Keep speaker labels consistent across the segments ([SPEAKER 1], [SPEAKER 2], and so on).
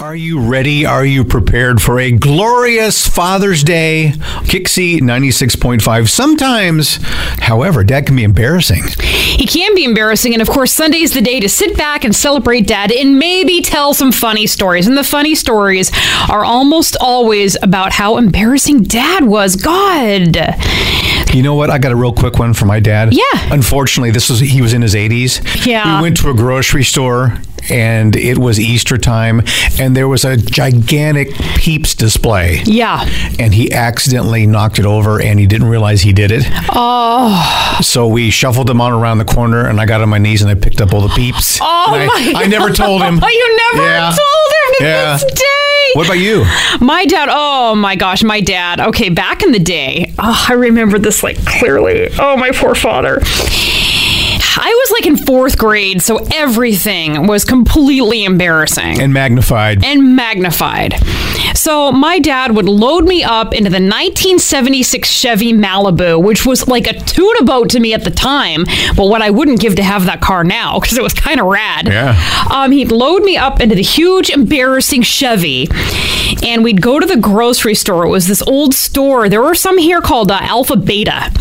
[SPEAKER 1] Are you ready? Are you prepared for a glorious Father's Day? Kixie 96.5. Sometimes, however, dad can be embarrassing.
[SPEAKER 2] He can be embarrassing, and of course, Sunday's the day to sit back and celebrate dad and maybe tell some funny stories. And the funny stories are almost always about how embarrassing dad was. God.
[SPEAKER 1] You know what? I got a real quick one for my dad.
[SPEAKER 2] Yeah.
[SPEAKER 1] Unfortunately, this was he was in his 80s.
[SPEAKER 2] Yeah.
[SPEAKER 1] We went to a grocery store and it was Easter time and there was a gigantic Peeps display.
[SPEAKER 2] Yeah.
[SPEAKER 1] And he accidentally knocked it over and he didn't realize he did it. Oh. So we shuffled them on around the corner and I got on my knees and I picked up all the Peeps.
[SPEAKER 2] Oh,
[SPEAKER 1] And I,
[SPEAKER 2] my
[SPEAKER 1] I never told him.
[SPEAKER 2] Oh, you never
[SPEAKER 1] Yeah.
[SPEAKER 2] told him to
[SPEAKER 1] Yeah.
[SPEAKER 2] this day.
[SPEAKER 1] What about you?
[SPEAKER 2] My dad, oh my gosh, my dad. Okay, back in the day, oh, I remember this like clearly. Oh, my poor father. I was like in fourth grade, so everything was completely embarrassing
[SPEAKER 1] And magnified.
[SPEAKER 2] and magnified. So my dad would load me up into the 1976 Chevy Malibu, which was like a tuna boat to me at the time, but what I wouldn't give to have that car now because it was kind of rad.
[SPEAKER 1] Yeah.
[SPEAKER 2] Um, he'd load me up into the huge, embarrassing Chevy, and we'd go to the grocery store. It was this old store. There were some here called uh, Alpha Beta.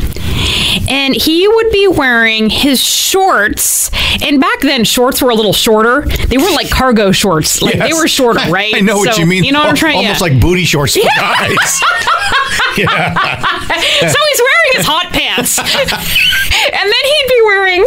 [SPEAKER 2] And he would be wearing his shorts. And back then, shorts were a little shorter. They were like cargo shorts. Like they
[SPEAKER 1] Yes.
[SPEAKER 2] were shorter, right?
[SPEAKER 1] I know what
[SPEAKER 2] So,
[SPEAKER 1] you mean.
[SPEAKER 2] You know what I'm trying
[SPEAKER 1] Almost
[SPEAKER 2] yeah.
[SPEAKER 1] like booty shorts for guys. yeah.
[SPEAKER 2] so he's wearing his hot pants. and then he'd be wearing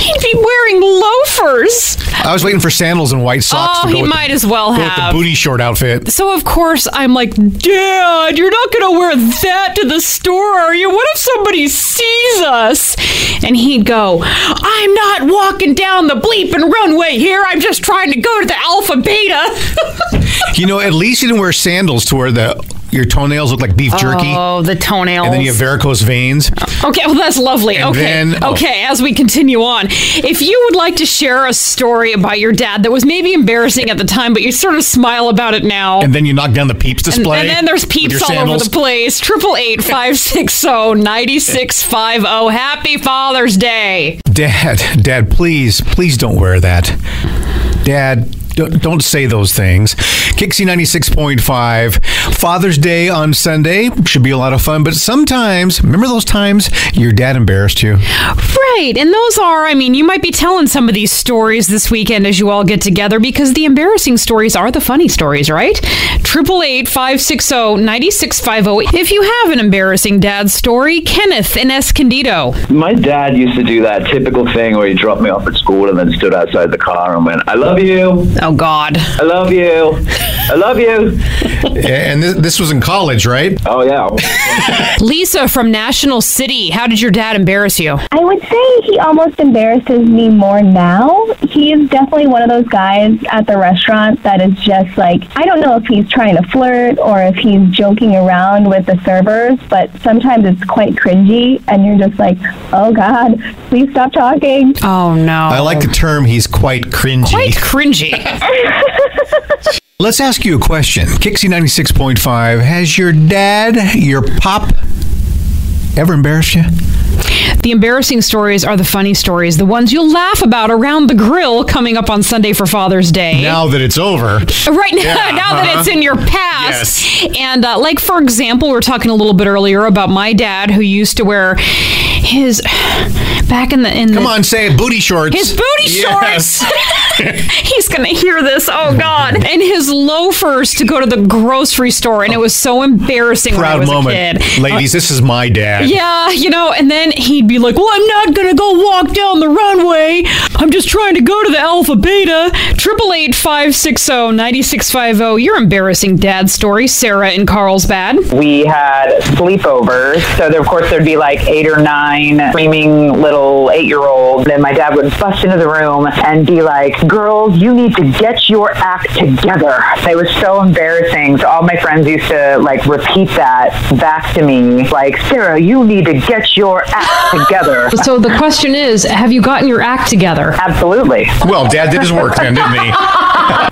[SPEAKER 2] he'd be wearing loafers.
[SPEAKER 1] I was waiting for sandals and white socks.
[SPEAKER 2] oh,
[SPEAKER 1] to go
[SPEAKER 2] he
[SPEAKER 1] with the-
[SPEAKER 2] might as well
[SPEAKER 1] go with the
[SPEAKER 2] have.
[SPEAKER 1] booty short outfit.
[SPEAKER 2] So of course I'm like, Dad, you're not gonna wear that to the store, are you? What if somebody sees us? And he'd go, I'm not walking down the bleep and runway here. I'm just trying to go to the alpha beta.
[SPEAKER 1] You know, at least you didn't wear sandals to where the your toenails look like beef jerky,
[SPEAKER 2] oh, the toenails.
[SPEAKER 1] and then you have varicose veins.
[SPEAKER 2] Okay, well, that's lovely.
[SPEAKER 1] And
[SPEAKER 2] okay.
[SPEAKER 1] then- oh.
[SPEAKER 2] Okay, as we continue on, if you would like to share a story about your dad that was maybe embarrassing at the time, but you sort of smile about it now.
[SPEAKER 1] And then you knock down the peeps display.
[SPEAKER 2] And then there's
[SPEAKER 1] with your
[SPEAKER 2] peeps all over
[SPEAKER 1] sandals.
[SPEAKER 2] the place. Triple eight five six zero ninety six five zero. Happy Father's Day.
[SPEAKER 1] Dad, Dad, please, please don't wear that. Dad, don't, don't say those things. Kixie 96.5. Father's Day on Sunday should be a lot of fun, but sometimes, remember those times your dad embarrassed you?
[SPEAKER 2] Right, and those are. I mean, you might be telling some of these stories this weekend as you all get together because the embarrassing stories are the funny stories, right? Triple eight five six zero ninety six five zero. If you have an embarrassing dad story, Kenneth in Escondido.
[SPEAKER 3] My dad used to do that typical thing where he dropped me off at school and then stood outside the car and went, I love you,
[SPEAKER 2] Oh God.
[SPEAKER 3] I love you, I love you.
[SPEAKER 1] And this, this was in college, right?
[SPEAKER 3] Oh, yeah.
[SPEAKER 2] Lisa from National City. How did your dad embarrass you?
[SPEAKER 4] I would say he almost embarrasses me more now. He's definitely one of those guys at the restaurant that is just like, I don't know if he's trying to flirt or if he's joking around with the servers, but sometimes it's quite cringy and you're just like, oh God, please stop talking.
[SPEAKER 2] Oh no.
[SPEAKER 1] I like the term he's quite cringy.
[SPEAKER 2] Quite cringy.
[SPEAKER 1] Let's ask you a question. Kixie 96.5. Has your dad, your pop, ever embarrassed you?
[SPEAKER 2] The embarrassing stories are the funny stories, the ones you'll laugh about around the grill coming up on Sunday for Father's Day.
[SPEAKER 1] Now that it's over.
[SPEAKER 2] Right now,
[SPEAKER 1] Yeah,
[SPEAKER 2] now that
[SPEAKER 1] uh-huh.
[SPEAKER 2] it's in your past. And uh, like, for example, we were talking a little bit earlier about my dad who used to wear his back in the in
[SPEAKER 1] Come
[SPEAKER 2] the,
[SPEAKER 1] on, say it. Booty shorts.
[SPEAKER 2] His booty
[SPEAKER 1] Yes.
[SPEAKER 2] shorts. He's gonna hear this. Oh God! And his loafers to go to the grocery store, and it was so embarrassing. when I
[SPEAKER 1] Proud
[SPEAKER 2] was
[SPEAKER 1] moment.
[SPEAKER 2] a kid.
[SPEAKER 1] Ladies, this is my dad.
[SPEAKER 2] Yeah, you know, and then he'd be like, Well, I'm not gonna go walk down the runway. I'm just trying to go to the Alpha Beta. Triple eight five six zero ninety six five zero. Your embarrassing dad story, Sarah in Carlsbad.
[SPEAKER 5] we had sleepovers. So there, of course, there'd be like eight or nine screaming little eight-year-olds, and my dad would bust into the room and be like, "Girls, you need to get your act together." They was so embarrassing. So all my friends used to like repeat that back to me, like, "Sarah, you need to get your act together."
[SPEAKER 2] So the question is, have you gotten your act together?
[SPEAKER 5] Absolutely.
[SPEAKER 1] Well, dad did his work then, didn't he?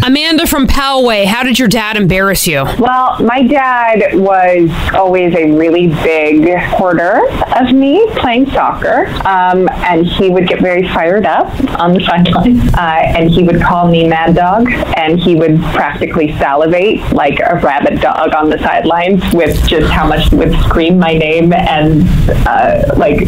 [SPEAKER 2] Amanda from Poway, how did your dad embarrass you?
[SPEAKER 5] Well, my dad was always a really big supporter of me playing soccer. Uh, Um, and he would get very fired up on the sideline. Uh, and he would call me Mad Dog. And he would practically salivate like a rabid dog on the sidelines with just how much he would scream my name and uh, like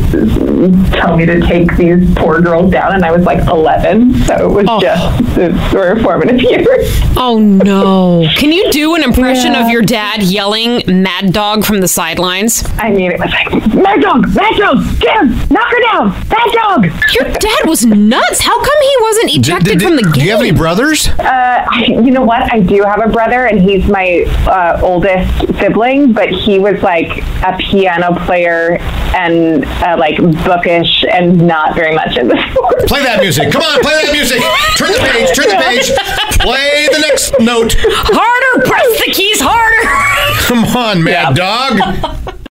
[SPEAKER 5] tell me to take these poor girls down. And I was like 11. So it was
[SPEAKER 2] Oh.
[SPEAKER 5] just uh, the sort of formative years.
[SPEAKER 2] Oh no! Can you do an impression of your dad yelling "Mad Dog" from the sidelines?
[SPEAKER 5] I mean, it was like, Mad Dog, Mad Dog, Jim, knock her down, Mad Dog.
[SPEAKER 2] Your dad was nuts. How come he wasn't
[SPEAKER 1] Did-
[SPEAKER 2] ejected
[SPEAKER 1] did-
[SPEAKER 2] from the game?
[SPEAKER 1] Do you have any brothers?
[SPEAKER 5] Uh, I, you know what? I do have a brother, and he's my uh, oldest sibling, but he was like a piano player and uh, like bookish and not very much in the sport.
[SPEAKER 1] Play that music. Come on, play that music. Turn the page. Turn the page. Play the next note.
[SPEAKER 2] harder, press the keys harder.
[SPEAKER 1] Come on, mad dog.